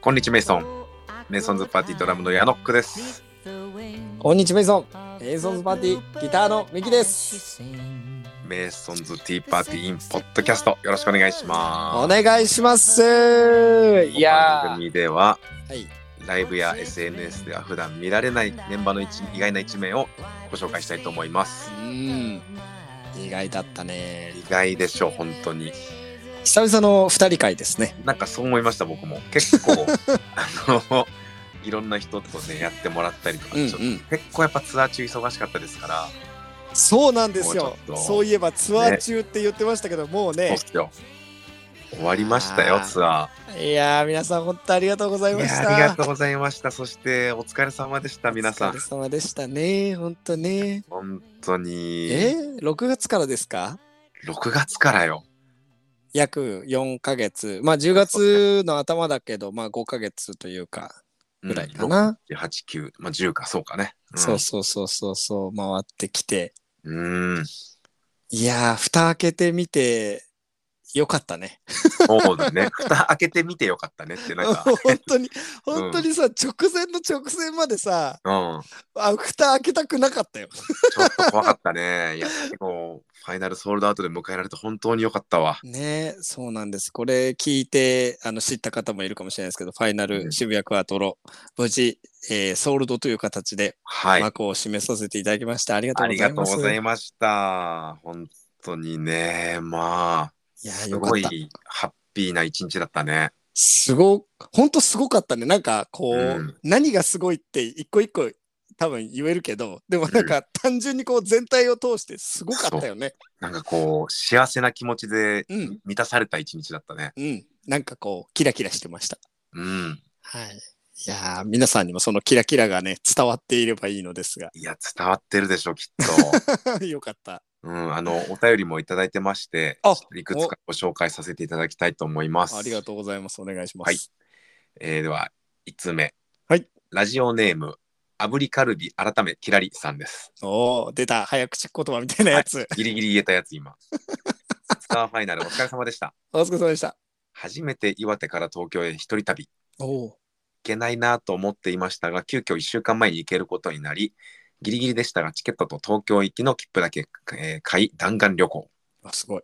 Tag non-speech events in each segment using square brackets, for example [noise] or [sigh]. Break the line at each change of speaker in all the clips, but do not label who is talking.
こんにちはメイソン。メイソンズパーティードラムのヤノックです。
こんにちは、メイソン。メイソンズパーティー、ギターのミキです。
メイソンズティーパーティーインポッドキャストよろしくお願いし
お
ま
願いします。
す。
い
この番
やー、
組では
はい、
ライブや SNS では普段見られないメンバーの一意外な一面をご紹介したいと思います。
うん、意外だったね。
意外でしょう本当に。
久々の二人会ですね。
なんかそう思いました僕も結
[laughs]
構あのいろんな人とねやってもらったりとか、
うんう
ちょっと
ん。
結構やっぱツアー中忙しかったですから、
そうなんです
もう
よ
ちょっ。と
そういえばツアー中って言ってましたけど、もう
そう
ね
っ。すよ終わりましたよ
あー
ツアー。
いやー、皆さん本当ありがとうござい
い
まし
や
た。
ありがとうございました。そしてお疲れ様でした、皆さ
お疲
ん
れ。様でしたね。本当ね。
本当に、
え6月からですか
6月からよ。
約4ヶ月。まあ10月の頭だけど、まあ5ヶ月というか、ぐらいかな。
うん。6 8、9、まあ、10か、そうかね。ん
そうそうそうそうそう、回ってきて。
うん。
いやー、蓋開けてみて、よかったね。
そうだね。 [laughs] 蓋開けてみてよかったねって、なんか。
[laughs] 本
[laughs]
当に、本当にさ、直前の直前までさ、
うん、
あ、蓋開けたくなかったよ。
ちょっと怖かったね。いや、でも、ファイナルソールドアウトで迎えられて本当によかったわ。
ねそうなんです。これ聞いて、あの、知った方もいるかもしれないですけど、ファイナ
うん
ル渋谷クアトロ、無事、えーソールドという形で
はい。
幕を締めさせていただきました。ありがと
あ
うご
り
ざ
が
い
と
ま
う
す。
ございました。本当にね、まあ、
いやー、
す
よか
ご
った。
いハッピーな一日だったね。
すご、本当すごかったね。なんか、こう、
うん
何がすごいって一個一個多分言えるけど、でもなんか単純にこう全体を通してすごかったよね。
なんかこう、幸せな気持ちで
うん
満たされた一日だったね。
うん。なんかこう、キラキラしてました。
うん。
はい。いやー、皆さんにもそのキラキラがね、伝わっていればいいのですが。 [laughs]
いや、伝わってるでしょ、きっと。
よかった。
うん、あの、お便りもいただいてまして、
あ
いくつかご紹介させていただきたいと思います。
ありがとうございます。お願いします。
はいえーでは、5つ目。
はい。
ラジオネーム、炙りカルビ改め、キラリさんです。
おー、出た。早口言葉みたいなやつ。
ギリギリ言えたやつ、
[laughs]
今。スターファイナル、お疲れ様でした。
お疲れ様でした。
初めて岩手から東京へ一人旅。
おー。
行けないなと思っていましたが急遽1週間前に行けることになりギリギリでしたがチケットと東京行きの切符だけ、えー買い弾丸旅行
あ、すごい。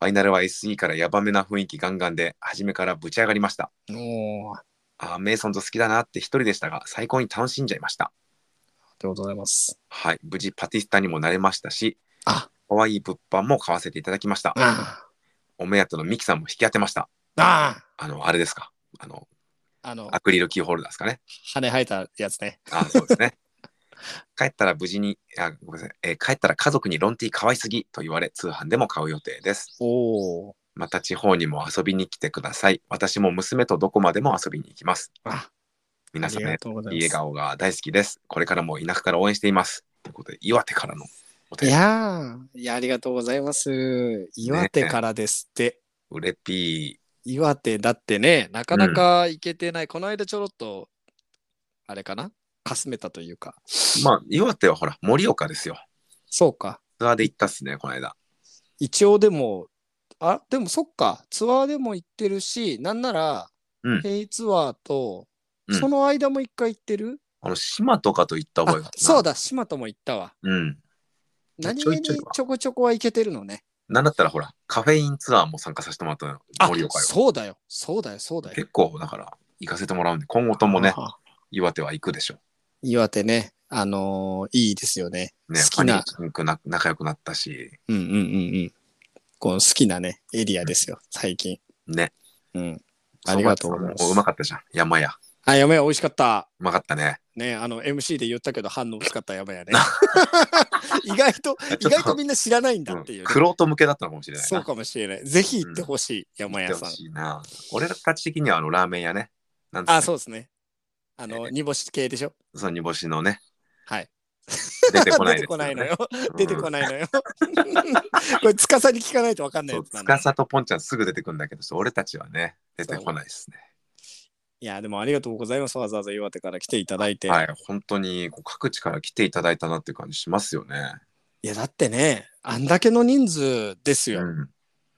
ファイナルは SE からヤバめな雰囲気ガンガンで初めからぶち上がりました
おー。あ
あーメイソンズ好きだなって一人でしたが最高に楽しんじゃいました
りがとうございます。
はい無事パティスタにもなれましたし
あ、
可愛い物販も買わせていただきました
あ
お目当てのミキさんも引き当てました
ー。あー。
あのあれですかあの
あの、
アクリルキーホルダーですかね
羽生えたやつね。
あそうですね。 [laughs] 帰ったら無事に、あ、ごめんなさい、えー帰ったら家族にロンティー可愛すぎと言われ、通販でも買う予定です。
おお。
また地方にも遊びに来てください。私も娘とどこまでも遊びに行きます。
あ、あ
皆さん
りが
ね、
とうござい
い
ま
い
す。
笑顔が大好きです。これからも田舎から応援しています。ということで、岩手からのお
い
便り、
やーいや、ありがとうございます。岩手からですって。
うれぴ
岩手だってね、なかなか行けてない。この間ちょろっと、あれかなかすめたというか。
ー。まあ、岩手はほら、盛岡ですよ。
そうか。
ツアーで行ったっすね、この間。
一応でも、あ、でもそっか。ツアーでも行ってるし、なんなら、
うん
ヘイツアーと、
うん
その間も一回行ってる、
あの、島とかと行った覚えが
あそう
だ。
だ、島とも行ったわ。
うん。
何
ちょ
気
い
に
ちょいは
ちょこちょこは行けてるのね。
なんだったらほら、カフェインツアーも参加させてもらったのよ、
あ
盛岡よ。
そうだよ、そうだよ、そうだよ。
結構だから行かせてもらうんで今後ともね
ああ
岩手は行くでしょ
岩手ね、あのーいいですよね。
うね
好きな
ファニーくんな仲良くなったし
うんうんうんうん。この好きなね、エリアですよ、最近。
ね
うん。ありがとうございま
そばさ
す
んもうまかったじゃん山屋
あ、やめよ、美味しかった。
うまかったね
ね、あの、MC で言ったけど反応薄かった、やばいやね。 [laughs] 意外
[laughs]
と、意外とみんな知らないんだっていうね、
くろと向けだったのかもしれないな
そうかもしれない。ぜひ行ってほしい、
行
山屋
って
さ
ほ
ん。
しいな俺たち的にはあのラーメン屋ねなんて
あ、そうですね。あの、
え
煮干し系でしょ
その煮干しの
[laughs]
ね
はい。
出てこない
[laughs]
です
出て
よ
こな
ね
いのよ。
うん
出てこないのよ。 [laughs] これ、つかさに聞かないと分かんな
そ
いや
う
つな
つ
んだ
か。さとぽんちゃんすぐ出てくるんだけど俺たちはね出てこないですね
いや、でもありがとうございます。わざわざ岩手から来ていただいて。、
はいい本当にこう各地から来ていただいたなっていう感じしますよね
や、だってね、あんだけの人数ですよ。
うん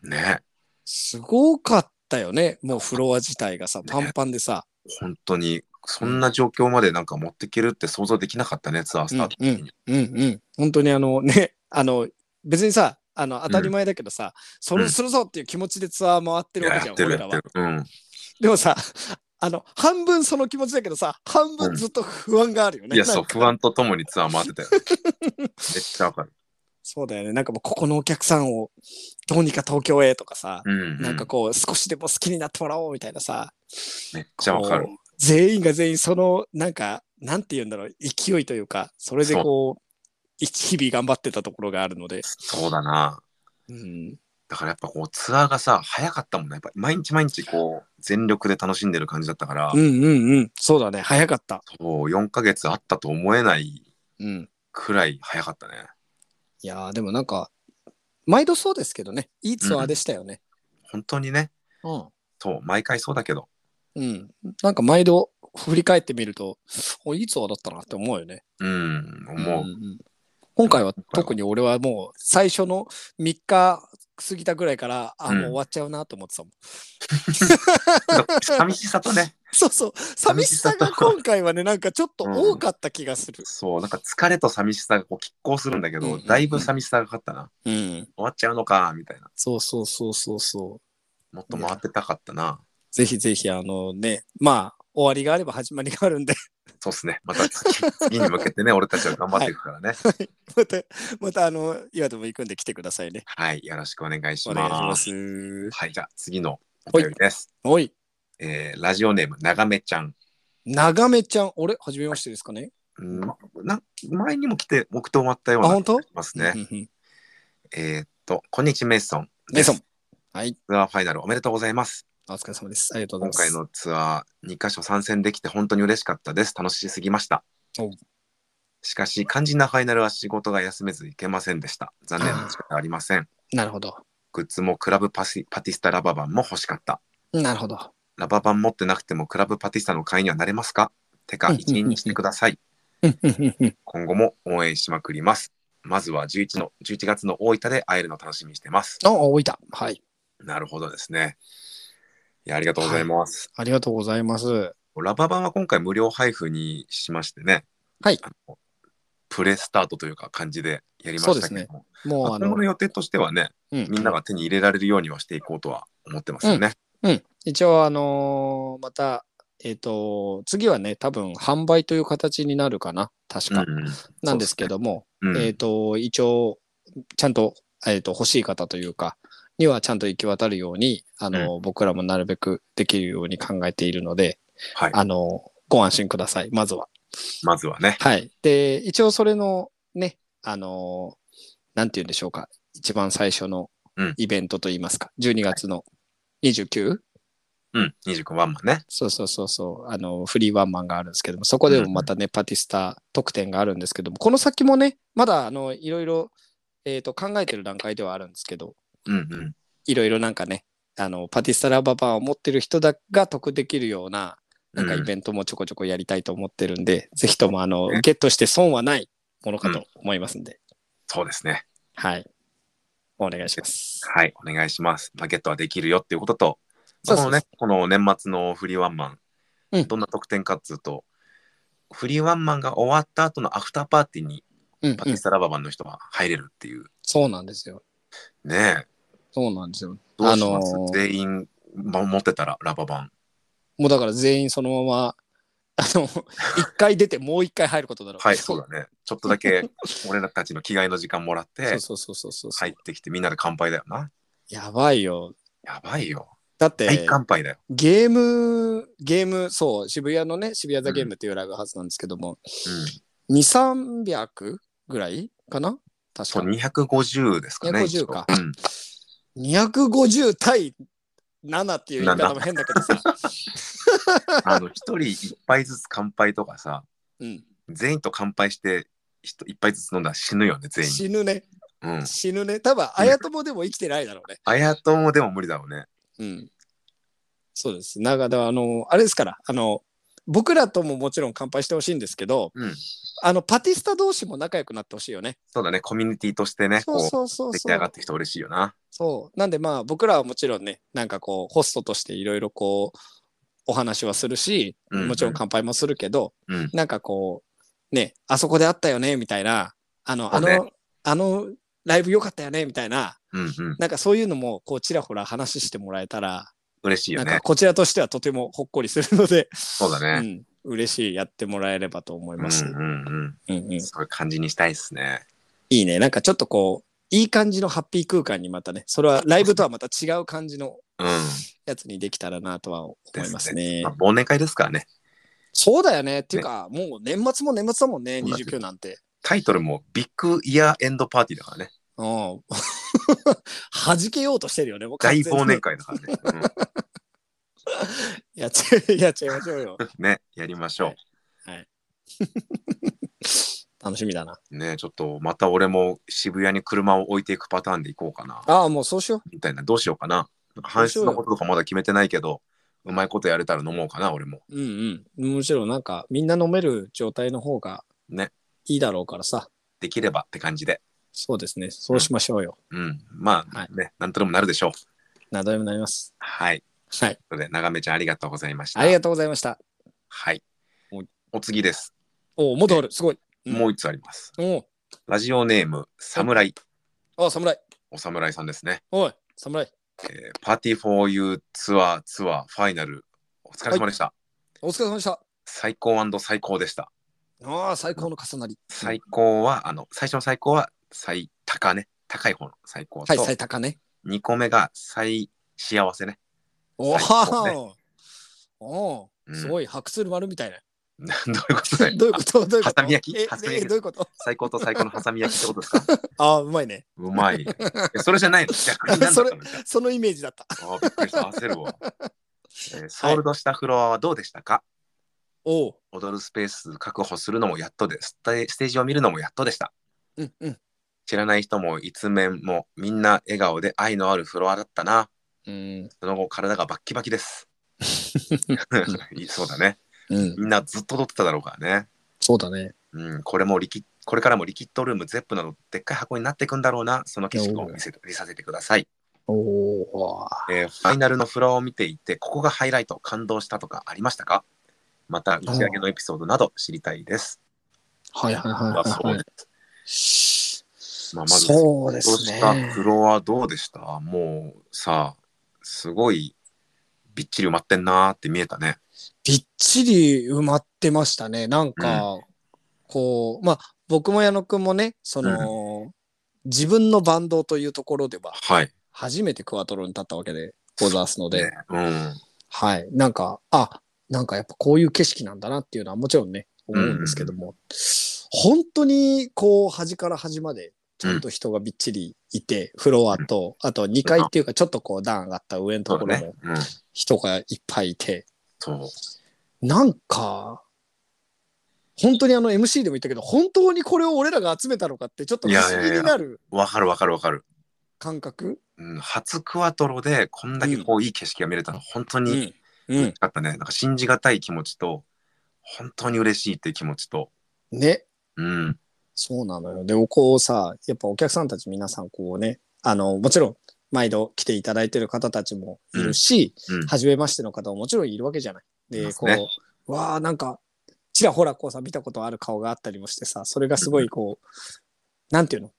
ね
すごかったよね。もうフロア自体がさ、パンパンでさ。
本当にそんな状況までなんか持っていけるって想像できなかったね、ツアースタートの時に。
うんうん。本当にあの [laughs] ね、あの、別にさ、あの、当たり前だけどさ、それ
うん
するぞっていう気持ちでツアー回って
い
るわ
や
けじ
や
ゃ
っ
ん、
てる
俺
や
ら
って
は
る。。うん。
でもさ、あの、半分その気持ちだけどさ、半分ずっと不安があるよね。
いや、そう、
なんか
不安とともにツアー回ってたよ。
[laughs]
めっちゃわかる。
そうだよね。なんかもう、ここのお客さんを、どうにか東京へとかさ、
うん、うん
なんかこう、少しでも好きになってもらおうみたいなさ、
めっちゃわかる
こ。う全員が全員そのなんかなんて言うんだろう勢いというかそれでこうい日々頑張ってたところがあるので、
そうだな。
うん、
だからやっぱこうツアーがさ早かったもんねやっぱ毎日毎日こう全力で楽しんでる感じだったから、
うんうんうんそうだね早かった、
そう4ヶ月あったと思えない
うん、
くらい早かったね
いやーでもなんか毎度そうですけどねいいツアーでしたよね
本当にね
うん、
そう毎回そうだけど
うん、なんか毎度振り返ってみるとおいいツアーだったなって思うよね
うん思う、
んん今回は特に俺はもう最初の3日過ぎたぐらいからあ
うん
もう終わっちゃうなと思ってたもん [laughs]
寂しさとね
そうそう。寂しさが今回はね、なんかちょっと多かった気がする。
そうなんか疲れと寂しさがこう拮抗するんだけど、
うんうんうん
だいぶ寂しさがかかったな
うん。
終わっちゃうのかみたいな
そうそうそうそうそう。
もっと回ってたかったな
ぜひぜひ、あのね、まあ、終わりがあれば始まりがあるんで、 [laughs]
そうっすねまた次次に向けてね俺たちは頑張っていくからね
また、また、あの、岩手も行くんで来てくださいね。
はい、よろしくお願いし
お願いし
ま
ますす。
はいじゃあ次のお便りです
おい、
えーラジオネーム、ながめちゃん。
長めちゃん、俺、はじめましてですかね。
うんまな前にも来て、僕と終わったよう
あ、
な
本
気が
当
しますね。
うんうんうん
えーっと、こんにちは、メイソン。
メイソン
です。
はい、
ツアーファイナルおめでとうございます。
お疲れ様です。ありがとうご
今
ざい
回
ます。
のツアー、2カ所参戦できて本当に嬉しかったです。楽しすぎました
お。
しかし、肝心なファイナルは仕事が休めず行けませんでした。残念な仕方ありません。
なるほど。
グッズもクラブパシパティスタラババンも欲しかった。
なるほど。
ラババン持ってなくてもクラブパティスタの会員にはなれますかて
う
か、
んうんうんうん
一員にしてください。
うんうんうんうん
今後も応援しまくります。まずは11の11月の大分で会えるのを楽しみにして
[laughs]
ます。
あ、置いた。はい。
なるほどですね。いや、ありがとうございます。
ありがとうございます。
ラバ版は今回無料配布にしましてね。
はい
あの。プレスタートというか感じでやりましたけども、
もう、
ま
あ
あ今
の
後の、予定としてはね、
うん
みんなが手に入れられるようにはしていこうとは思ってますよね。
うん、一応、あのーまた、えっ、と、次はね、多分販売という形になるかな、確か。
うん
なんですけども、
うん
えっ、と、一応、ちゃんと、えっ、と、欲しい方というか、にはちゃんと行き渡るように、あのー僕らもなるべくできるように考えているので、
はい。
あのーご安心ください、まずは。
まずはね。
はい。で、一応それのね、あのーなんて言うんでしょうか。一番最初の
うん
イベントといいますか、12月の 29?
うん。29番もね。
そうそうそうそう、あの、フリーワンマンがあるんですけども、そこでもまたね、パティスタ特典があるんですけども、この先もね、まだ、あの、いろいろ、えっ、と、考えてる段階ではあるんですけど、
うんうん。
いろいろなんかね、あの、パティスタラババーを持ってる人だが得できるような、なんかイベントもちょこちょこやりたいと思ってるんで、ぜひとも、あの
ね、
ゲットして損はないものかと思いますんで、
そうですね。
はい。お願いします。
はい、お願いします。まあ、ゲットはできるよっていうことと、
そう
こ
そう
のね、この年末のフリーワンマン、
うん
どんな特典かっつうと、フリーワンマンが終わった後のアフターパーティーに
うん、
パ
う
ティ
ん
ス。タラババンの人は入れるっていう。
そうなんですよ。
ねえ、
そうなんですよ。
どうします、
あのー
全員、ま、持ってたらラババン。
もうだから全員そのまま、あ
[laughs]
の、一回出てもう一回入ることだろう。
はい、そうだね。ちょっとだけ俺らたちの着替えの時間もらって、
そうそうそうそうそう、
入ってきてみんなで乾杯だよな。
やばいよ。
やばいよ。
だって、
大乾杯だよ。
ゲーム、ゲーム、そう、渋谷のね、渋谷ザゲームっていうライブハウスなんですけども、
うん。
2、300ぐらいかな確
そ
か
う、250ですかね。
250か
一応うん。
250対7っていう言い方も変だけ
[laughs]
どさ。
あの、一人一杯ずつ乾杯とかさ、
うん、
全員と乾杯して人一杯ずつ飲んだら死ぬよね全員。
死ぬね。
うん。
死ぬね。多分、あやともでも生きてないだろうね。
あやともでも無理だろうね。
うん。そうです。なんか、だからあの、あれですから、あの、僕らとももちろん乾杯してほしいんですけど、
うん。
あの、パティスタ同士も仲良くなってほしいよね。
そうだねコミュニティとしてね
そう
こ
そうそうう
出来
そ
上がっ
う。
てきて嬉しいよな。
そう。なんでまあ、僕らはもちろんね、なんかこう、ホストとしていろいろこう、お話はするし、
うんうん
もちろん乾杯もするけど、
うん
なんかこう、ね、あそこであったよね、みたいな、あの、あ
そうね
の、あのライブ良かったよね、みたいな、
うんうん。
なんかそういうのも、こう、ちらほら話してもらえたら、
嬉しい
な
よ
んか
ね。
こちらとしてはとてもほっこりするので、
そうだ [laughs]
う
ね。
ん、嬉しい、やってもらえればと思い
うん
ます。
うん
うんうん
うん。そういう感じにしたいですね。
いいね、なんかちょっとこう、いい感じのハッピー空間にまたね、それはライブとはまた違う感じの
うん。
やつにできたらなとは思いますね。
まあ、忘年会ですからね。
そうだよね。っていうか、もう年末も年末だもんね、
そうだね
29なんて。
タイトルもビッグイヤーエンドパーティーだからね。
うん。 [laughs] 弾けようとしてるよね、もう完
大
全に
忘年会だからね。
やっちゃい、やっちゃいましょうよ。
うん、ね、やりましょ
楽しみだな。
う。ね、ちょっとまた俺も渋谷に車を置いていくパターンで行こうかな。
ああ、もうそうしよう。
みたいな、どうしようかな。なんか搬出のこととかまだ決めてないけど、うまいことやれたら飲もうかな、俺も。
うんうん。むしろなんか、みんな飲める状態の方が
ね、
いいだろうからさ。
できればって感じで。
そうですね。そうしましょうよ。
うん。まあ、
はい
ね、なんとでもなるでしょう。
などでもなります。
はい。と
はい。
いうことで、長めちゃんありがとうございました。
ありがとうございました。
はい
おい。
お次です。
おお、もっとある。すごい。うん
もう一つあります。
お
ラジオネーム、侍。
お、あ、侍。
お侍さんですね。
おい、侍。
えーパーティーフォーユーツアーツアーファイナル。お疲れ様でした。
お疲れ様でした。
最高最高でした。
ああ、最高の重なり。
最高は、あの、最初の最高は最高ね。高い方の最高と、
はい、最高ね。
2個目が最幸せね。
お
最高ね
お、おお、
うん
すごい、白鶴丸みたいな。
な [laughs] どういうことだよ
[laughs] どういうことどういうこと
挟み焼き
え
挟み焼きです
えどういうこと [laughs]
最高と最高の挟み焼きってことですか [laughs]
ああ、うまいね。
うまい。えそれじゃないの逆に何だったのじゃ
そのイメージだった。
ああびっくりした。焦るわ。えーソールドしたフロアはどうでしたか、
おお。
踊るスペース確保するのもやっとです。ステステージを見るのもやっとでした。
うんうん。
知らない人も一面もみんな笑顔で愛のあるフロアだったな。
うん。
その後体がバッキバキ
[laughs]
です。 [laughs] いいそうだね。
うん。
みんなずっと踊ってただろうからね。
そうだね。
うん、これもリキこれからもリキッドルーム、ゼップなどでっかい箱になっていくんだろうな。その景色を見せ見させてください。
おお。
えーファイナルのフロアを見ていて、ここがハイライト、感動したとかありましたかまた、打ち上げのエピソードなど知りたいです。
はいはいはい
だそう
はい、
で
はい。
す。まあ、まず、ど
そうで
う
す
した
ね。
フロアどうでしたもうさ、すごい、びっちり埋まってんなーって見えたね。
びっちり埋まってましたね。なんか、こう、まあ、僕も矢野くんもね、その、自分のバンドというところでは、
はい。
初めてクワトロに立ったわけでございますので、
ねうん。
はい。なんか、あ、なんかやっぱこういう景色なんだなっていうのはもちろんね、思うんですけども、本当にこう端から端までちゃんと人がびっちりいて、フロアと、あと2階っていうかちょっとこう段上がった上の
そ
とこ
う
ろ
だね
も。
うん。
人がいっぱいいて、
そう。
なんか、本当にあの MC でも言ったけど、本当にこれを俺らが集めたのかってちょっと不思議になる
わかるわかるわかる。
感覚
うん、初クワトロでこんだけこういい景色が見れたの、本当
う
に
ん。うん。
あったね。なんか信じがたい気持ちと、本当に嬉しいっていう気持ちと、
ね。
うん、
そうなのよ。で、こうさ、やっぱお客さんたち皆さんこうね、あの、もちろん、毎度来ていただいてる方たちもいるし、
うん、
初めましての方ももちろんいるわけじゃない。
い
で、
ます
こ
ね
う、わあなんか、ちらほらこうさ、見たことある顔があったりもしてさ、それがすごいこう、なんていうの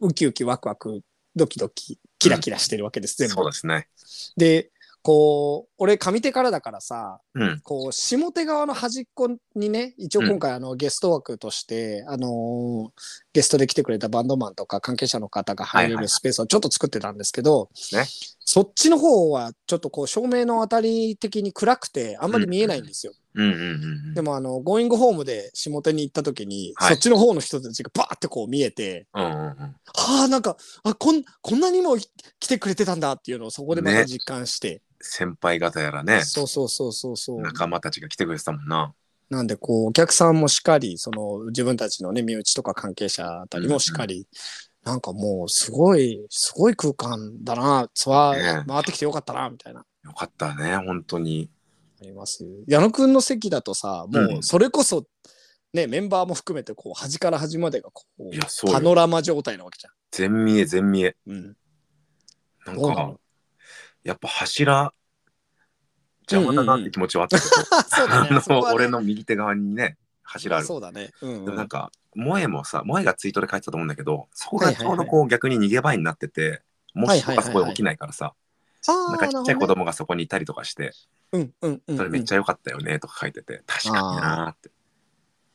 ウキウキワクワク、ドキドキ、キラキラしてるわけです、全
そう
部。
ですね。
で、こう、俺、上手からだからさ、
うん、
こう下手側の端っこにね一応今回あのゲスト枠として、あのーゲストで来てくれたバンドマンとか関係者の方が入れ
はいはいはい
るスペースをちょっと作ってたんですけど、
ね
そっちの方はちょっとこう照明の当たり的に暗くてあんまり見えないんですよ、
うん、うん、うん
でもあのゴーイングホームで下手に行った時に、
はい
そっちの方の人たちがバーってこう見えて
うん、うん、うん
はあなんかあこんこんなにも来てくれてたんだっていうのをそこでまた実感して、
先輩方やらね、
そうそうそうそうそう
仲間たちが来てくれてたもんな。
なんで、こう、お客さんもしっかり、その、自分たちのね、身内とか関係者あたりもしっかり、なんかもう、すごい、すごい空間だな、ツア
ね
ー回ってきてよかったな、みたいな、
よかったね、本当に。
あります。矢野くんの席だとさ、も
うん
う、それこそ、ね、メンバーも含めて、こう、端から端までが、こう
い、や、そう
パ
よ。
ノラマ状態なわけじ
全見え、全見え。
ゃん。うん。
なん
どうな
か
の、
やっぱ柱、邪魔だなって気持ちはあったけど、
そうだ
[laughs]
ね。
あ
そこ
の
はね
俺の右手側にね柱ある
そうだね。うん
で
う
も
ん。
なんか萌えもさ萌えがツイートで書いてたと思うんだけどそこが
はいは
ち
いは
ょ
いう
どこう逆に逃げ場になっててもしとかそこで起きないからさ
あ
な
あ、
んかちっちゃい子
なる
供がそこにいたりとかして
ほどね。うんうんうんうん。
それめっちゃ良かったよねとか書いてて確かになーって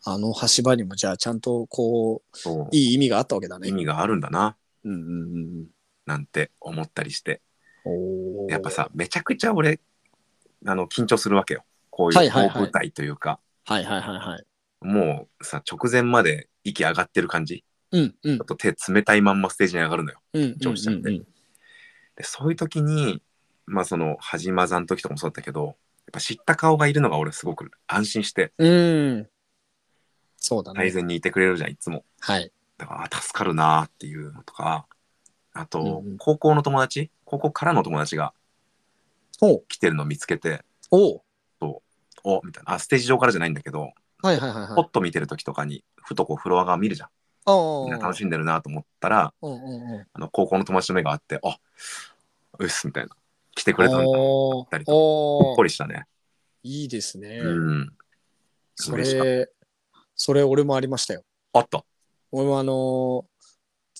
あの橋場にもじゃあちゃんとこう、
そう
いい意味があったわけだね。
意味があるんだな
うんうんうん
なんて思ったりして
うん。おー
やっぱ。さめちゃくちゃ俺あの緊張するわけよこうい
はいうはい
大
はい
舞台というか
はいはいはいはい。
もうさ直前まで息上がってる感じ
うんうん
ちょっと手冷たいまんまステージに上がるのよ
うんうん
上司なん
う
で
ん
でそういう時にまあそのはじまざん時とかもそうだったけどやっぱ知った顔がいるのが俺すごく安心して
うん。うん。そうだ
最
ね。
善にいてくれるじゃんいつも
はい。
だからあ助かるなーっていうのとかあと
うんうん
高校の友達高校からの友達が
おう
来てるのを見つけて
おう
おみたいなあステージ上からじゃないんだけど
はいはいはい
ポ
はい
ッ。と見てる時とかにふとこうフロア側見るじゃんみんな
あ
楽しんでるなと思ったら
あ。うんうんうん。
あの高校の友達の目があってあうっすみたいな来てくれたんだほ
お
たり
ー
とか
お
っこ
ー
りしたね
いいですね。
うん
そ
嬉しかっ
れ、それ俺もありましたよ。
あった
俺もあのー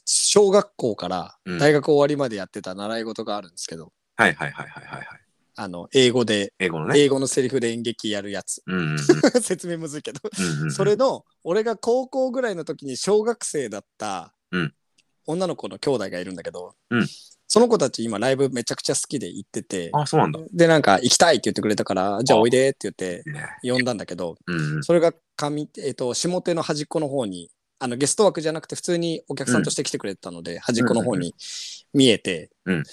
小学校から
うん
大学終わりまでやってた習い事があるんですけど、
はいはいはいはいはいはい
あの、英語で、
英語のね。
英語のセリフで演劇やるやつ。 [laughs]
うんうんうん
説明むずいけど、
うんうんうん
それの、俺が高校ぐらいの時に小学生だった
うん
女の子の兄弟がいるんだけど、
うん
その子たち今ライブめちゃくちゃ好きで行ってて、
あ、そうなんだ。い
で、なんか行きたいって言ってくれたから、じゃあおいでって言って
いね。
呼んだんだけど、
うんうん。
それが上、えっと下手の端っこの方にあのゲスト枠じゃなくて普通にお客さんとして来てくれてたので、端っこの方に見えて、
うん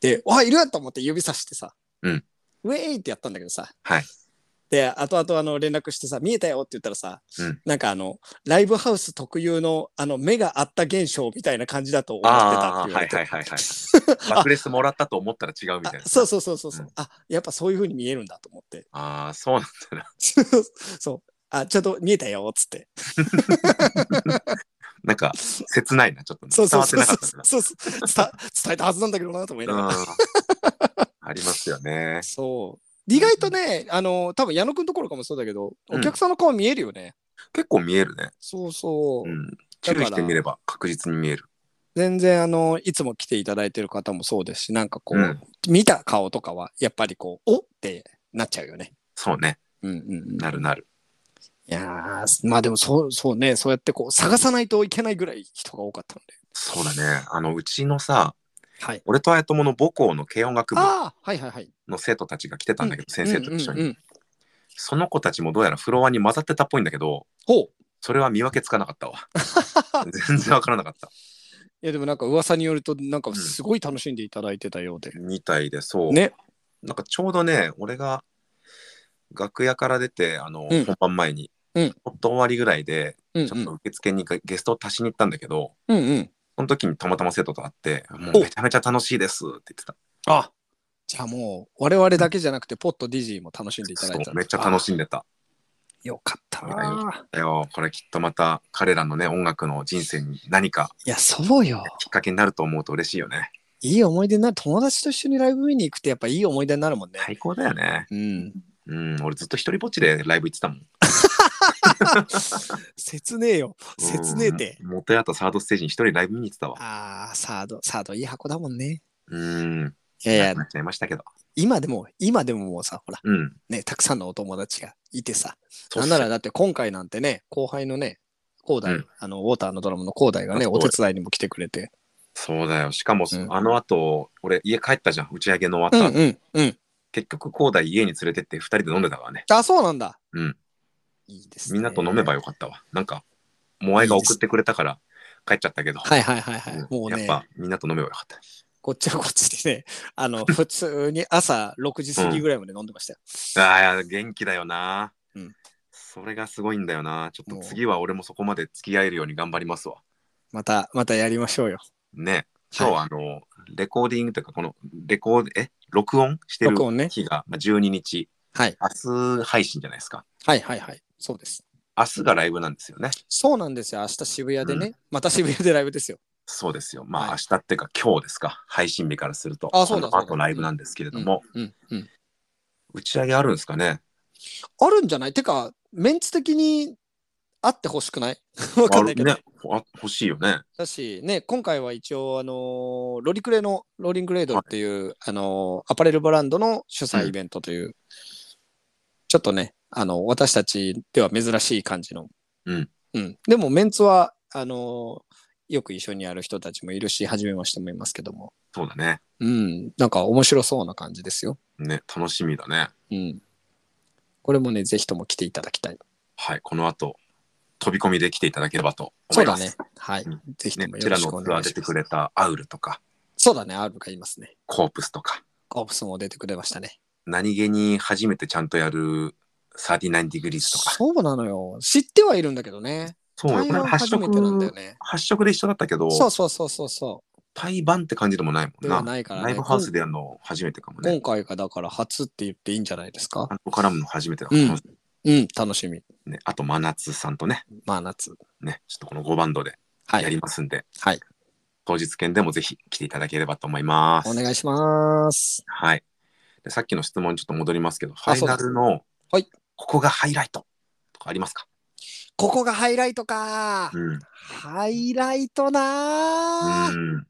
で「わいる!」と思って指さしてさ「
うん
ウェイ!」ってやったんだけどさ
はい。
で後々あの連絡してさ「見えたよ!」って言ったらさ、
うん
なんかあのライブハウス特有のあの目が合った現象みたいな感じだと思ってたっ
ああ
て
ー、
言わ
は
れ
い
て。
はいはいはい。
[laughs]
バックレスもらったと思ったら違うみたい
あ
な。
そうそうそうそうそう、
うん
あやっぱそういう風に見えるんだと思って [laughs]
ああ、そうなんだな。
そうあちょっと見えたよっつって
なんか、切ないな、ちょっとね。
そう
伝
そう
わって
そ
なか
うそう
ったな。
そうそう伝 [laughs] 伝えたはずなんだけどなと思いながら、
うん [laughs] ありますよね。
そう意外とねあの多分矢野くんところかもそうだけど
うん
お客さんの顔見えるよね、
結構見えるね。
そうそう、
うん。注意してみれば確実に見える。
全然あのいつも来ていただいてる方もそうですしなんかこう、
うん
見た顔とかはやっぱりこうおってなっちゃうよね
そうね。
うんうんうん
なるなる。
いやーまあでもそうそうねそうやってこう探さないといけないぐらい人が多かったので
そうだね。あの、うちのさ、
はい
俺と綾友の母校の軽音楽部
ああはいはいはい
の生徒たちが来てたんだけど、先生と一緒
うんう
に。
んうん
その子たちもどうやらフロアに混ざってたっぽいんだけど、
ほう
それは見分けつかなかった
[laughs]
わ。全然わからなかった。
いやでもなんか噂によるとなんか
ん
すごい楽しんでいただいてたようで、
みたいで、そう。
ね
なんかちょうどね、俺が楽屋から出て、あの、
うん
本番前に、
うん
ちょっと終わりぐらいで、
うんう
ちょっ
ん
と受付にゲストを足しに行ったんだけど、
うんうん
その時にたまたま生徒と会って、も
お
うめちゃめちゃ楽しいですって言ってた。
あじゃあもう我々だけじゃなくてポットディジーも楽しんでいただい
そ
た
うめっちゃ楽
い
しんでた。
よかった
みたい
な
だよ、これきっとまた彼らのね、音楽の人生に何か
いやそうよ
きっかけになると思うと嬉しいよね。
いい思い出になる友達と一緒にライブ見に行くってやっぱいい思い出になるもんね、
最高だよね。
うん
うん、俺ずっと一人ぼっちでライブ行ってたもん。
切ねえよ切ねえて
うん。元やったサードステージに一人ライブ見に行ってたわ。
あーサードサードいい箱だもんね
うん。
いやいや
なくなっちゃいましたけど。
今でも今でももうさほら
うん。
ねたくさんのお友達がいてさ
そう
な
っ
ん
す
ならだって今回なんてね後輩のね広大、
うん
あのウォーターのドラムの広大がね
そう
お手伝いにも来てくれて
そうだよ。しかも、
うん
あの後、俺家帰ったじゃん。打ち上げの終
う
わっ
ん
た後。
うんうん
結局、高大家に連れてって二人で飲んでたからね。
あそうなんだ
うん。
いいですね
みんなと飲めばよかったわ。なんか、モアイが送ってくれたから帰っちゃったけど。
はいはいはいはい。
うん
もう
や
ね
っ、ぱみんなと飲めばよかった。
こっちはこっちでね、あの、 [laughs] 普通に朝6時過ぎぐらいまで飲んでましたよ。
ああ、元気だよな。
うん
それがすごいんだよな。ちょっと次は俺もそこまで付き合えるように頑張りますわ。
また、またやりましょうよ。
ね。今日はあの、レコーディングというか、この、レコーデ、え録音してる
録音ね。
日がまあ12日、
はい。
明日配信じゃないですか。
はいはいはい。そうです。
明日がライブなんですよね。
そうなんですよ。明日渋谷でね、また渋谷でライブですよ。
そうですよ。まあ、
は
明日っていうか今日ですか。配信日からすると。
あそうだ
この
そう
後
だ
ライブなんですけれども、
うんうん。
打ち上げあるんですかね。
あるんじゃないてか、メンツ的にあってほしくない [laughs] わかんないけど。
あるね、あ欲しいよね。
だし、ね、今回は一応、あのーロリクレの、ローリングレードっていう、あのーアパレルブランドの主催イベントという、ちょっとね、あの、私たちでは珍しい感じの。
うん。
うん。でも、メンツは、あのーよく一緒にやる人たちもいるし、初めましてもいますけども。
そうだね。
うん。なんか面白そうな感じですよ。
ね、楽しみだね。
うん。これもね、ぜひとも来ていただきたい。
はい、この後、飛び込みで来ていただければと
そ
思
う
いま
だ
す。
ね。はい
うん。
ぜひと
ね
も
こ
よ
ち
ろ
ら
し
の
くお
ツア
願
ー
い
出
してま
く
す。
れたアウルとか、
そうだね、アールがいますね。
コープスとか、
コープスも出てくれましたね。
何気に初めてちゃんとやる39ディグリーズとか。
そうなのよ。知ってはいるんだけどね。
そうよ、
台
これ
湾
発
初めてなんだよ
色、
ね。
発色で一緒だったけど、
そうそうそうそうそ
対バンって感じでもないも
う。
ん
では
な。
ないからね。
ライブハウスでやるの初めてかも
今
ね。
今回がだから初って言っていいんじゃないですか
あ。の絡むの初めてだか
う
ら、
ん。うん、楽しみ。
ね、あと真夏さんとね、
まあ夏。
ね、ちょっとこの5バンドで
は
やり
い。
ますんで、
はい。
当日券でもぜひ来ていただければと思います。
お願いします。
はい。でさっきの質問にちょっと戻りますけど、フ
あ
ァイ
そうだ
ナルの、
はい
ここがハイライトとかありますか、
ここがハイライトか。
うん
ハイライトなー、
うんま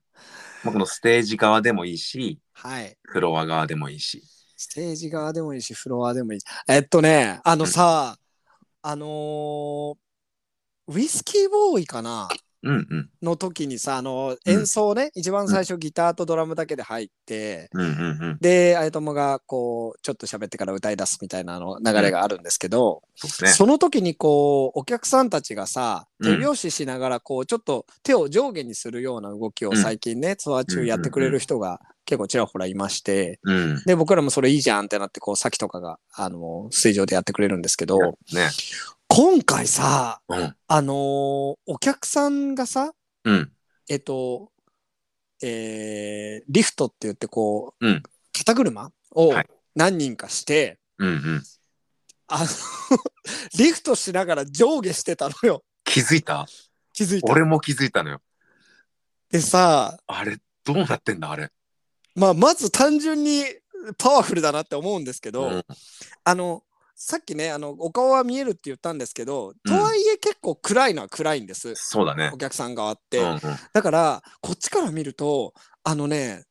あ、このステージ側でもいいし、
はい。
フロア側でもいいし。
ステージ側でもいいし、フロアでもいいし。えっとね、あのさ、あのーウィスキーボーイかな
うんうん
の時にさ、あの
うん
演奏ね、一番最初ギターとドラムだけで入って、
うんうんうん。
で、あやともがこう、ちょっと喋ってから歌い出すみたいなあの流れがあるんですけど、
そうですね。
その時にこう、お客さんたちがさ、
う
手
ん
拍子しながらこう、ちょっと手を上下にするような動きを
うん
最近ね、ツアー中やってくれる人が結構ちらほらいまして、
うん。
で、僕らもそれいいじゃんってなって、こう、さきとかが、あの、水上でやってくれるんですけど、
ね。
今回さ、
うん。
あのーお客さんがさ、
うん。
えっと、えー、リフトって言って、こう、
うん
肩車を
はい
何人かして、
うんうん。
あの、 [laughs] リフトしながら上下してたのよ。
気づいた
気づいた。
俺も気づいたのよ。
でさ、
あれ、どうなってんだあれ。
まあ、まず単純にパワフルだなって思うんですけど、
うん
あの、さっきね、あの、お顔は見えるって言ったんですけど、
うん
とはいえ結構暗いのは暗いんです。
そうだね
お。客さん側っ
う
て。
んうん。
だから、こっちから見ると、あのね、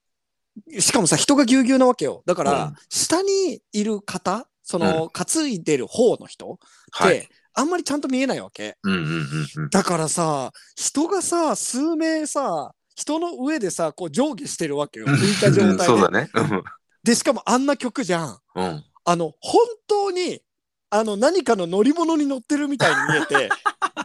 しかもさ、人がぎゅうぎゅうなわけよ。だから、
うん
下にいる方、その、担いでる方の人って、
はい。
あんまりちゃんと見えないわけ。
うんうんうんうん。
だからさ、人がさ、数名さ、人の上でさ、こう上下してるわけよ。浮いた状
う
態
ん
で。
そうだね。
で、しかもあんな曲じゃん。
うん。うん。
あの、本当に、あの、何かの乗り物に乗ってるみたいに見え
[laughs]
て、
はい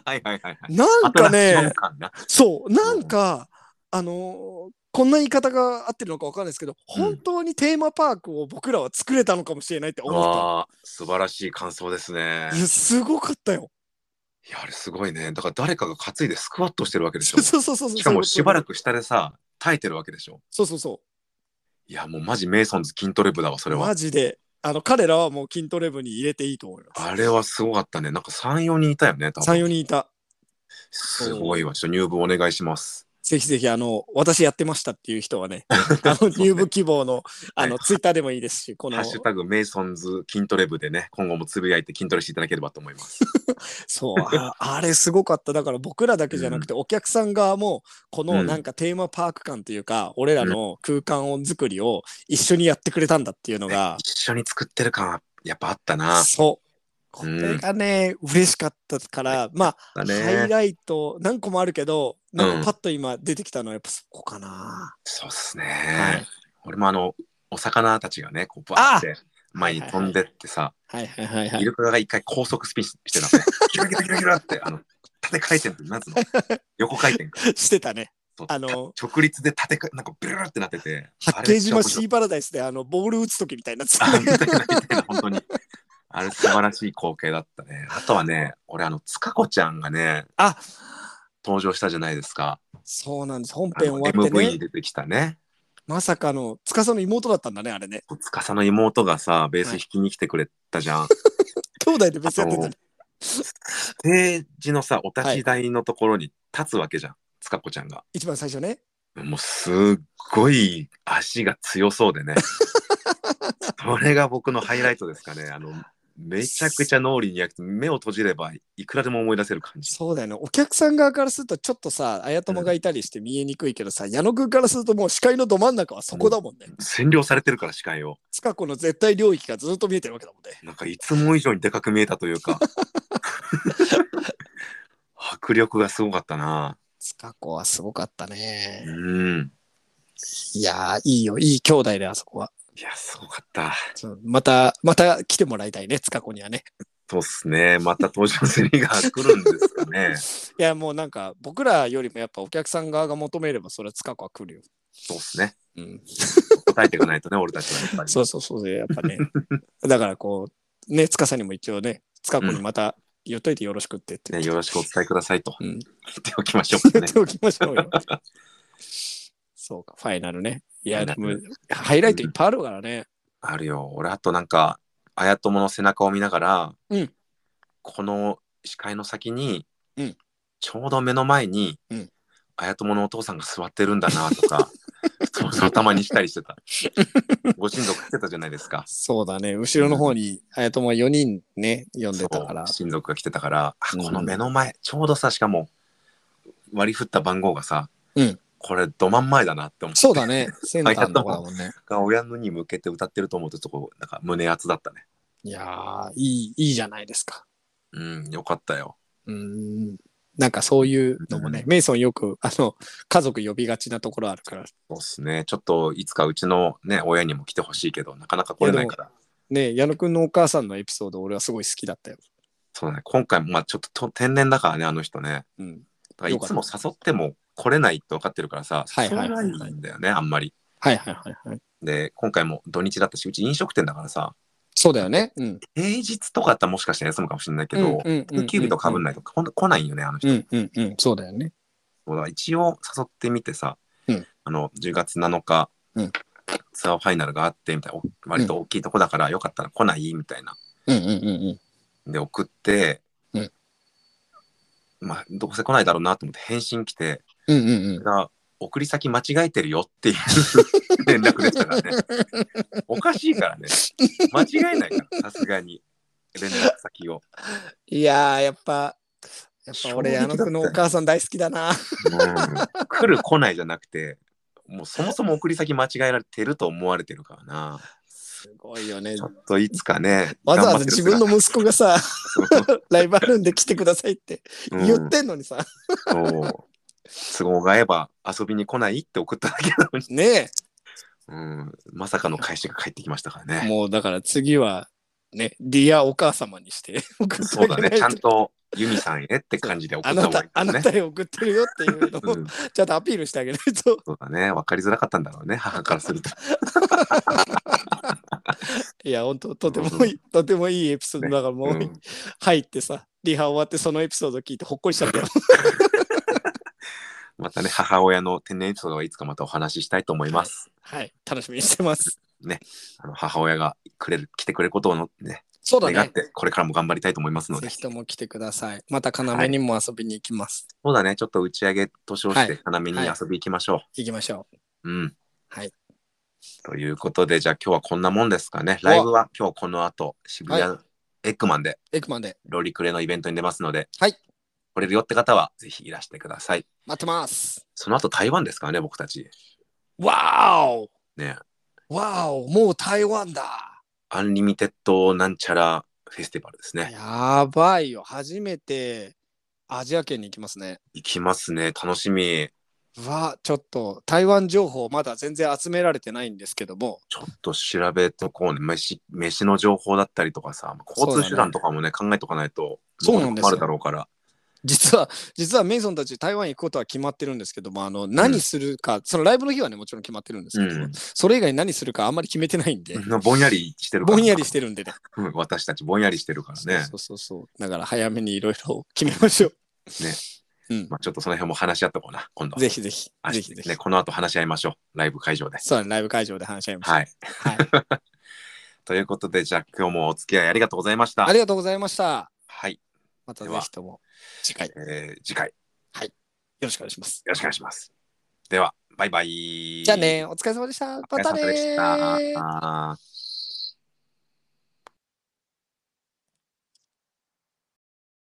はいはいはい。
なんかね、
感な。
そう、なんか、あのーこんな言い方が合ってるのかわかんないですけど、本当にテーマパークを僕らは作れたのかもしれないって思っ
わあ、素晴らしい感想ですね
た。い。や、すごかったよ。
いや、あれすごいね。だから誰かが担いでスクワットしてるわけでし
そ
ょ
う。そうそうそう。
しかもしばら
く。
く下でさ、耐えてるわけでしょ。
そうそうそ。
いや、もうマジメイソンズ筋トレ部だわ、そうれは
マ。ジで、あの、彼らはもう筋トレ部に入れていいと思います。
あれはすごかったね。なんか3、4人いたよね、多分。
3、4人いた。
すごいわ。ちょっと入部お願いします。
ぜひぜひ、あの、私やってましたっていう人
[laughs]
はね、あの入部希望の、あの、ツイッターでもいいですし、こ
ハ
の
ッ、シュタグメイソンズ筋トレ部でね、今後もつぶやいて筋トレしていただければと思います。
[laughs] そう、ああれすごかった。だから僕らだけじゃなくて、お客さん側も、こ
う
の
ん
なんかテーマパーク感というか、俺らの空間を作りを一緒にやってくれたんだっていうのが、
一緒に作ってる感、やっぱあったな。
そう。これがね、嬉しかったから、まあ、
だ
ハイ
ね。
ライト何個もあるけど、な
うん
んかパッと今出てきたのはやっぱそこかな。
そうっす
は
ね
い。
俺もあの、お魚たちがね、こうバーって前に飛んでってさ、
はいはいはいは
イ
い。
ルカが一回高速スピンしてたのね。ギュラギュラギュラギュラって、あの、縦回転って、なん
[laughs]
つうの横回転か。
してたね。
そう
あの
た直立で縦か、なんかビュルルってなってて。
八景島シ
ー
ーパラダイスであのボール打つ時みたいに
[laughs]
なってた
あ、みた
ね
いな、みたいな、本当に。あれ素晴らしい光景だったね。あとはね、俺、あの、つかこちゃんがね、
[laughs] あ
登場したじゃないですか。
そうなんです。本
あ
編
の
終わって
MV に
ね。
出てきたね。
まさかの、司の妹だったんだね、あれね。
つかさの妹がさ、ベース弾きに来てくれたじゃん。
兄弟で別にやってんだね
あのステージのさ、お立ち台のところに立つわけじゃん。つかこちゃんが。
一番最初ね。 [laughs]
もうすっごい足が強そうでね。それが僕のハイライトですかね。あのめちゃくちゃ脳裏に焼き目を閉じればいくらでも思い出せる感じ。
そうだよね。お客さん側からすると、ちょっとさ、綾友がいたりして見えにくいけどさ、矢野くんからするともう視界のど真ん中はそこだもんね。
占領されてるから視界を。
つかこの絶対領域がずっと見えてるわけだもんね。
なんかいつも以上にでかく見えたという
[laughs]
か。迫力がすごかったな。
つかこはすごかったね。
うん。
いやー、いいよ。いい兄弟で、あそこは。
いや、すごかった。
そうまた、また来てもらいたいね、つかこにはね。
そうっすね。また登場セリが来るんですか
[laughs]
ね。
いや、もうなんか、僕らよりもやっぱお客さん側が求めれば、それはつかこは来るよ。
そうっすね。
うん。
答えていかないとね、俺たちはやっぱり。
そうそうそうで、やっ
[laughs]
ぱね。だからこう、ね、つかさにも一応ね、つかこにまた言っといてよろしくってって
ね、よろしくお伝えくださいと
う
言っ
ん
ておきましょうか
言っ
ね。
ておきましょう
[laughs]
よ。そうか、ファイナルね。い
フ
や、
ァ
で
イナ
も
ル、
ハイライトいっぱいあるからね。
あるよ。俺、あとなんか、綾友の背中を見ながら、
うん
この視界の先に、
うん
ちょうど目の前に、
うん
綾友のお父さんが座ってるんだなと
[laughs]
か、そうそうたまにしたりしてた。ご親族来てたじゃないですか。
そうだね。後ろの方に、あやとも4人ね、呼んでたから
そう。親族が来てたから、あ
うん
この目の前、ちょうどさ、しかも割り振った番号がさ、
うん
これど真ん前だなって思って、
そうだね。センターのとこだもんね。
親のに向けて歌ってると思うと、そこ、なんか胸熱だったね。
いやー、いい、いいじゃないですか。
うん、よかったよ。
うーん。なんかそういうのもね、メイソンよく、あの、家族呼びがちなところあるから、
そうっすね。ちょっといつかうちのね、親にも来てほしいけど、なかなか来れないから。
ね、矢野くんのお母さんのエピソード、俺はすごい好きだったよ。
そうだね。今回も、まあちょっとと天然だからね、あの人ね。
うん。
だから
よ
い
かっ
つ
た
も誘っても来れないって分かってるからさ、
はいはいはい
誘わないんだよね、あんまり。
はいはいはいはい。
で、今回も土日だったし、うち飲食店だからさ、
そうだよね。うん。
平日とかだったらもしかしたら休むかもしれないけど、
うんうんうんうん
有給日とかぶんないと来な来ないんよね、あの人。
うんうんうん。そうだよね。
そうだ一応誘ってみてさ、
うん
あの10月7日、
うん
ツアーファイナルがあってみたいな、お割と大きいとこだからよかったら来ないみたいな。
うんうんうんうん。
で送って、
うん
まあどうせ来ないだろうなと思って返信来て
うんうんうん。
が送り先間違えてるよっていう [laughs] 連絡でしたからねおかしいからね間違えないからさすがに連絡先を、
いやー、やっぱ、やっぱ俺、
衝撃だ
矢
った
野
よ
くんのお母さん大好きだな。
うん来る来ないじゃなくてもうそもそも送り先間違えられてると思われてるからな
すごいよね
ちょ。っといつかね
わざわざ自分の息子がさ、
頑張ってる
ライブあるんで来てくださいって
姿
言ってんのにさ、
うんそう都合が合えば遊びに来ないって送っただけなのに
ね
うん、まさかの返しが返ってきましたから
え、
ね。
もうだから次は、ね、ディアお母様にして送って
そうだ
[laughs]
ね、
あ
ち
げ
ゃ
ない
ん
と
とユミさんへって感じで送
あ
った
な
方がい
た
い、ね。
あなたに送ってるよっていうのを、
うん、
ちゃんとアピールしてあげないと。 [laughs]
そうだね、分かりづらかったんだろうね、母からすると。
いや、本当とてもいい、とてもいいエピソードだから、 [laughs]
う
もう、
ん、
入ってさ、リハ終わってそのエピソード聞いてほっこりしち
[laughs]
ゃったよ。
またね、母親の天然エピソードはいつかまたお話ししたいと思います。
はい、楽しみにしてます。
あの母親がくれる来てくれることをね、
そうだ
願っ
ね。
て、これからも頑張りたいと思いますの
ぜ
で、
ひとも来てください。また要にも遊びに行きます。
そうだね、ちょっと打ち上げ年をして、要に
はい
遊び行きましょう。
行きましょ
うん
はい
ということで、じゃあ今日はこんなもんですかね。ライブは今日この後、渋谷、
は
エッグマンで
う。エクマンで
ロリクレのイベントに出ますので、
はい
来れるよって方はぜひいらしてください。
待ってます。
その後台湾ですからね、僕たち。
わお
ね、
わおもう台湾だ。
アンリミテッドなんちゃらフェスティバルですね。
やばいよ。初めてアジア圏に行きますね。
行きますね、楽しみ。
うわちょっと台湾情報まだ全然集められてないんですけども、
ちょっと調べとこうね、飯飯の情報だったりとかさ、交通手段とかもね、考えとかないと、
そうなんですよ
困るだろうから。
実は、実はメイソンたち台湾行くことは決まってるんですけども、あの、何するか、そのライブの日はね、もちろん決まってるんです
う
けども、
ん、
それ以外何するかあんまり決めてないんで、
ぼんやりしてるから
ぼんやりしてるんでね。
うん [laughs] 私たちぼんやりしてるからね。
そうそうそう。だから早めにいろいろ決めましょう。 [laughs]
まあ、ちょっとその辺も話し合っとこうな、今度。
ぜひぜひ。
明
ぜ
日
ひぜひ。
ね、この後話し合いましょう、ライブ会場で。
そうだねライブ会場で話し合いましょう。
はい。
はい。
[laughs] ということで、じゃあ今日もお付き合いありがとうございました
あ。りがとうございました。
はい、
また
で
ぜ
は
ひとも次回よ
えー次回よ
ろしくお願いします。
ろしくお願いします。では、バイバイ。
じゃあね、お疲れ様でした。
お疲
ま
れ
た
様
ね
でし
ー。
た。